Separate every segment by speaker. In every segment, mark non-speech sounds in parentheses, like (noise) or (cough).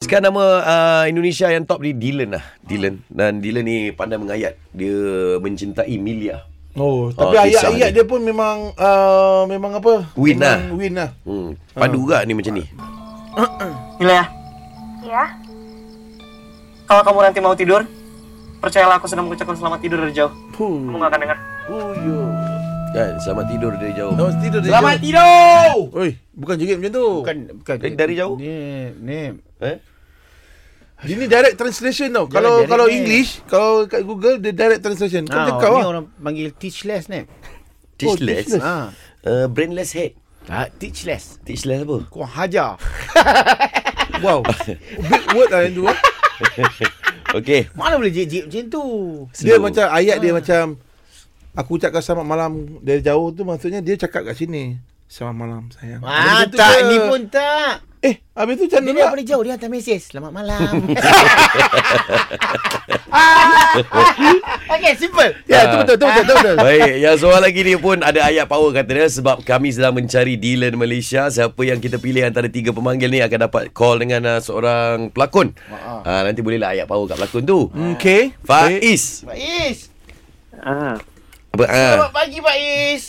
Speaker 1: Sekarang nama uh, Indonesia yang top di Dylan lah. Dylan. Dan Dylan ni pandai mengayat. Dia mencintai Milia.
Speaker 2: Oh, tapi
Speaker 1: Oh,
Speaker 2: ayat
Speaker 1: kisah
Speaker 2: ayat
Speaker 1: dia.
Speaker 2: dia pun memang uh, memang apa?
Speaker 1: Win
Speaker 2: memang
Speaker 1: lah.
Speaker 2: Win lah.
Speaker 1: Hmm. Padu juga ni macam ni.
Speaker 3: Mila,
Speaker 4: Ya,
Speaker 3: kalau kamu nanti mau tidur, percayalah aku sedang mengucapkan selamat tidur dari jauh.
Speaker 2: Puh.
Speaker 3: Kamu gak akan dengar.
Speaker 2: Oh, yo.
Speaker 1: Kan, selamat tidur dari jauh.
Speaker 2: Selamat tidur.
Speaker 3: Selamat
Speaker 2: tidur.
Speaker 3: tidur!
Speaker 2: Oi, bukan joget macam tu.
Speaker 5: Bukan bukan
Speaker 1: Eh, dari jauh?
Speaker 5: Ni ni
Speaker 1: Eh?
Speaker 2: Dia ni direct translation tau.
Speaker 5: Jangan
Speaker 2: Kalau
Speaker 5: direct
Speaker 2: kalau
Speaker 5: ni.
Speaker 2: English, kalau kat Google dia direct translation. Kau
Speaker 5: Ah,
Speaker 2: cakap
Speaker 5: ni
Speaker 2: lah.
Speaker 5: orang panggil teachless ni.
Speaker 1: Teachless.
Speaker 2: teachless.
Speaker 5: Ha.
Speaker 1: Uh, brainless head.
Speaker 5: Ah, teachless.
Speaker 1: Teachless (laughs) apa?
Speaker 5: Kau hajar.
Speaker 2: Wow. Big word lah yang tu.
Speaker 1: (laughs) Okay.
Speaker 5: Mana boleh jijik macam tu?
Speaker 2: Dia
Speaker 1: Slow.
Speaker 2: macam ayat dia macam aku ucapkan selamat malam dari jauh tu maksudnya dia cakap kat sini. Selamat malam sayang.
Speaker 5: Ah,
Speaker 2: Macam tu
Speaker 5: tak
Speaker 2: je.
Speaker 5: ni pun tak.
Speaker 2: Eh, habis tu macam
Speaker 5: Dia
Speaker 2: mana?
Speaker 5: dia boleh jauh dia hantar mesej. Selamat malam. Okey, Ah. simple.
Speaker 2: Ya, tu betul, tu betul, tu
Speaker 1: (laughs)
Speaker 2: betul.
Speaker 1: Baik, yang soal lagi ni pun ada ayat power kata dia sebab kami sedang mencari Dylan Malaysia. Siapa yang kita pilih antara tiga pemanggil ni akan dapat call dengan uh, seorang pelakon. Uh, nanti bolehlah ayat power kat pelakon tu.
Speaker 2: Okey. Eh,
Speaker 1: Faiz.
Speaker 5: Faiz.
Speaker 6: Ah,
Speaker 1: Apa? ah.
Speaker 5: Selamat pagi Faiz.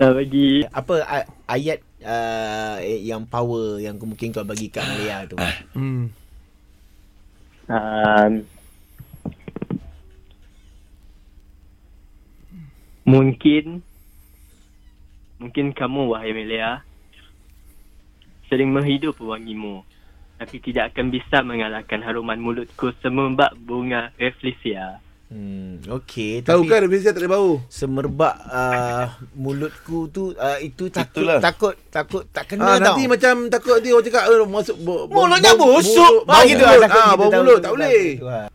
Speaker 6: dah bagi
Speaker 5: Apa a- ayat uh, yang power yang mungkin kau bagi kat Malia tu?
Speaker 2: Hmm.
Speaker 6: um, mungkin mungkin kamu wahai Melia sering menghidup wangimu tapi tidak akan bisa mengalahkan haruman mulutku semembak bunga reflesia.
Speaker 5: Hmm, okey.
Speaker 2: Tahu
Speaker 5: tapi-
Speaker 2: kan Rebezia tak ada bau.
Speaker 5: semerbak uh, mulutku tu uh, itu takut
Speaker 1: Itulah.
Speaker 5: takut takut tak kena
Speaker 2: Ah,
Speaker 5: tau.
Speaker 2: nanti macam takut dia orang cakap eh, masuk bau,
Speaker 5: mulutnya
Speaker 2: bau-
Speaker 5: busuk.
Speaker 2: Bau, bau,
Speaker 5: gitu
Speaker 2: mulut.
Speaker 5: takut
Speaker 2: Ah,
Speaker 5: kita
Speaker 2: bau
Speaker 5: tahu
Speaker 2: mulut
Speaker 5: tu,
Speaker 2: tak boleh.
Speaker 5: gitu lah.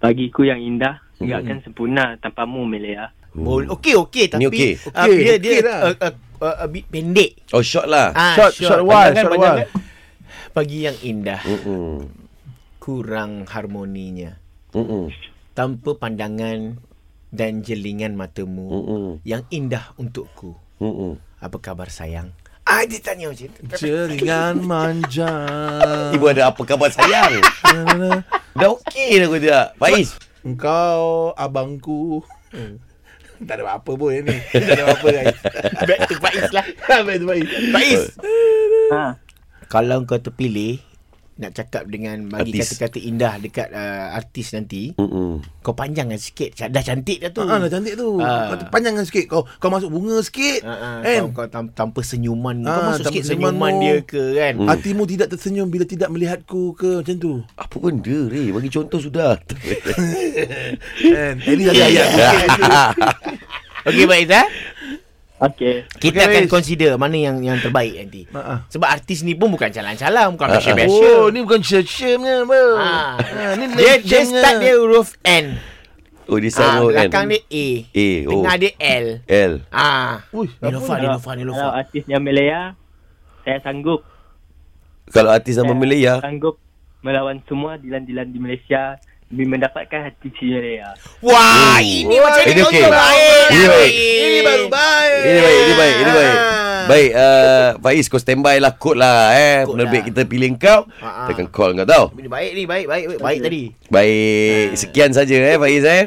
Speaker 6: Bagiku yang indah tidak akan sempurna tanpamu Melia.
Speaker 5: Bol okey okey tapi
Speaker 1: Ni okey.
Speaker 5: uh,
Speaker 2: Hmm. Okey,
Speaker 5: dia dia
Speaker 2: okey lah.
Speaker 5: uh, uh, uh, a bit pendek.
Speaker 1: Oh, short lah.
Speaker 5: Ah,
Speaker 2: Short- short Hmm. wall,
Speaker 5: Panjangan-
Speaker 2: short
Speaker 5: panjangan. Pagi yang indah
Speaker 1: Mm-mm.
Speaker 5: kurang harmoninya
Speaker 1: Mm-mm.
Speaker 5: tanpa pandangan dan jelingan matamu
Speaker 1: Mm-mm.
Speaker 5: yang indah untukku.
Speaker 1: Mm-mm.
Speaker 5: Apa kabar sayang? Ah dia tanya macam tu.
Speaker 2: Jeringan manja.
Speaker 1: Ibu ada apa khabar
Speaker 5: (laughs)
Speaker 1: sayang? Dah okey dah kau tidak. Faiz.
Speaker 2: Engkau abangku. tak ada apa-apa
Speaker 5: eh. (laughs)
Speaker 2: pun ni. Tak ada apa-apa guys.
Speaker 5: Back to Faiz (laughs) lah.
Speaker 2: Baik baik.
Speaker 5: Faiz.
Speaker 6: Ha,
Speaker 5: kalau kau terpilih nak cakap dengan bagi
Speaker 1: Artis.
Speaker 5: kata-kata indah dekat uh, artis nanti,
Speaker 1: Mm-mm.
Speaker 5: kau panjangkan sikit. Ca- Dah cantik dah tu.
Speaker 2: Ah, dah cantik tu.
Speaker 5: Ah.
Speaker 2: Kau panjangkan sikit. Kau kau masuk bunga sikit.
Speaker 5: Ah, ah,
Speaker 2: kan?
Speaker 5: kau, kau tam, tanpa senyuman kau
Speaker 2: Ah,
Speaker 5: masuk
Speaker 2: tanpa
Speaker 5: sikit
Speaker 2: senyuman Hmm.
Speaker 5: senyuman
Speaker 2: mu.
Speaker 5: dia ke kan.
Speaker 2: Hatimu tidak tersenyum bila tidak melihatku ke macam tu.
Speaker 1: Apa benda Ray? Bagi contoh sudah. (laughs)
Speaker 2: Kan? Ini ada ayat.
Speaker 5: Ya. (laughs) Okey baik dah.
Speaker 6: okey.
Speaker 5: Kita
Speaker 2: Okey,
Speaker 5: akan
Speaker 2: Riz.
Speaker 5: consider mana yang yang terbaik nanti.
Speaker 2: Ah, ah.
Speaker 5: Sebab artis ni pun bukan calang-calang, bukan
Speaker 2: Oh,
Speaker 5: special-special.
Speaker 2: ni bukan syam-syam ni. apa.
Speaker 5: Ah.
Speaker 2: Ah, ni
Speaker 5: Dia, dia
Speaker 2: legend-nya.
Speaker 5: start dia huruf N.
Speaker 1: oh, dia
Speaker 5: Ah,
Speaker 1: sanggup kan?
Speaker 5: belakang dia A.
Speaker 1: A, oh.
Speaker 5: Tengah dia L.
Speaker 1: L.
Speaker 5: Ah.
Speaker 2: Ui,
Speaker 5: Nilofa,
Speaker 2: apa?
Speaker 5: Nilofa,
Speaker 6: Kalau
Speaker 5: Nilofa.
Speaker 6: artisnya Melia, saya sanggup
Speaker 1: Kalau artis ya. nama Malaya,
Speaker 6: Kan?
Speaker 5: Eh.
Speaker 6: sanggup melawan semua dilan-dilan di Malaysia demi mendapatkan hati si Malaysia.
Speaker 5: Wah, ini macam
Speaker 1: Hmm. Ini
Speaker 5: ni
Speaker 1: okey.
Speaker 5: contoh baik.
Speaker 1: Ini baik.
Speaker 2: Ini baru baik.
Speaker 1: Ini baik, ini baik, ini baik.
Speaker 5: Ah.
Speaker 1: Baik, uh, Faiz kau standby lah kod lah eh.
Speaker 5: Kod
Speaker 1: Penerbit
Speaker 5: lah.
Speaker 1: kita pilih kau,
Speaker 5: Ha, ha.
Speaker 1: kita akan call kau tau.
Speaker 5: Ini baik ni, baik, baik, baik, baik tadi.
Speaker 1: Baik, sekian saja eh Faiz eh.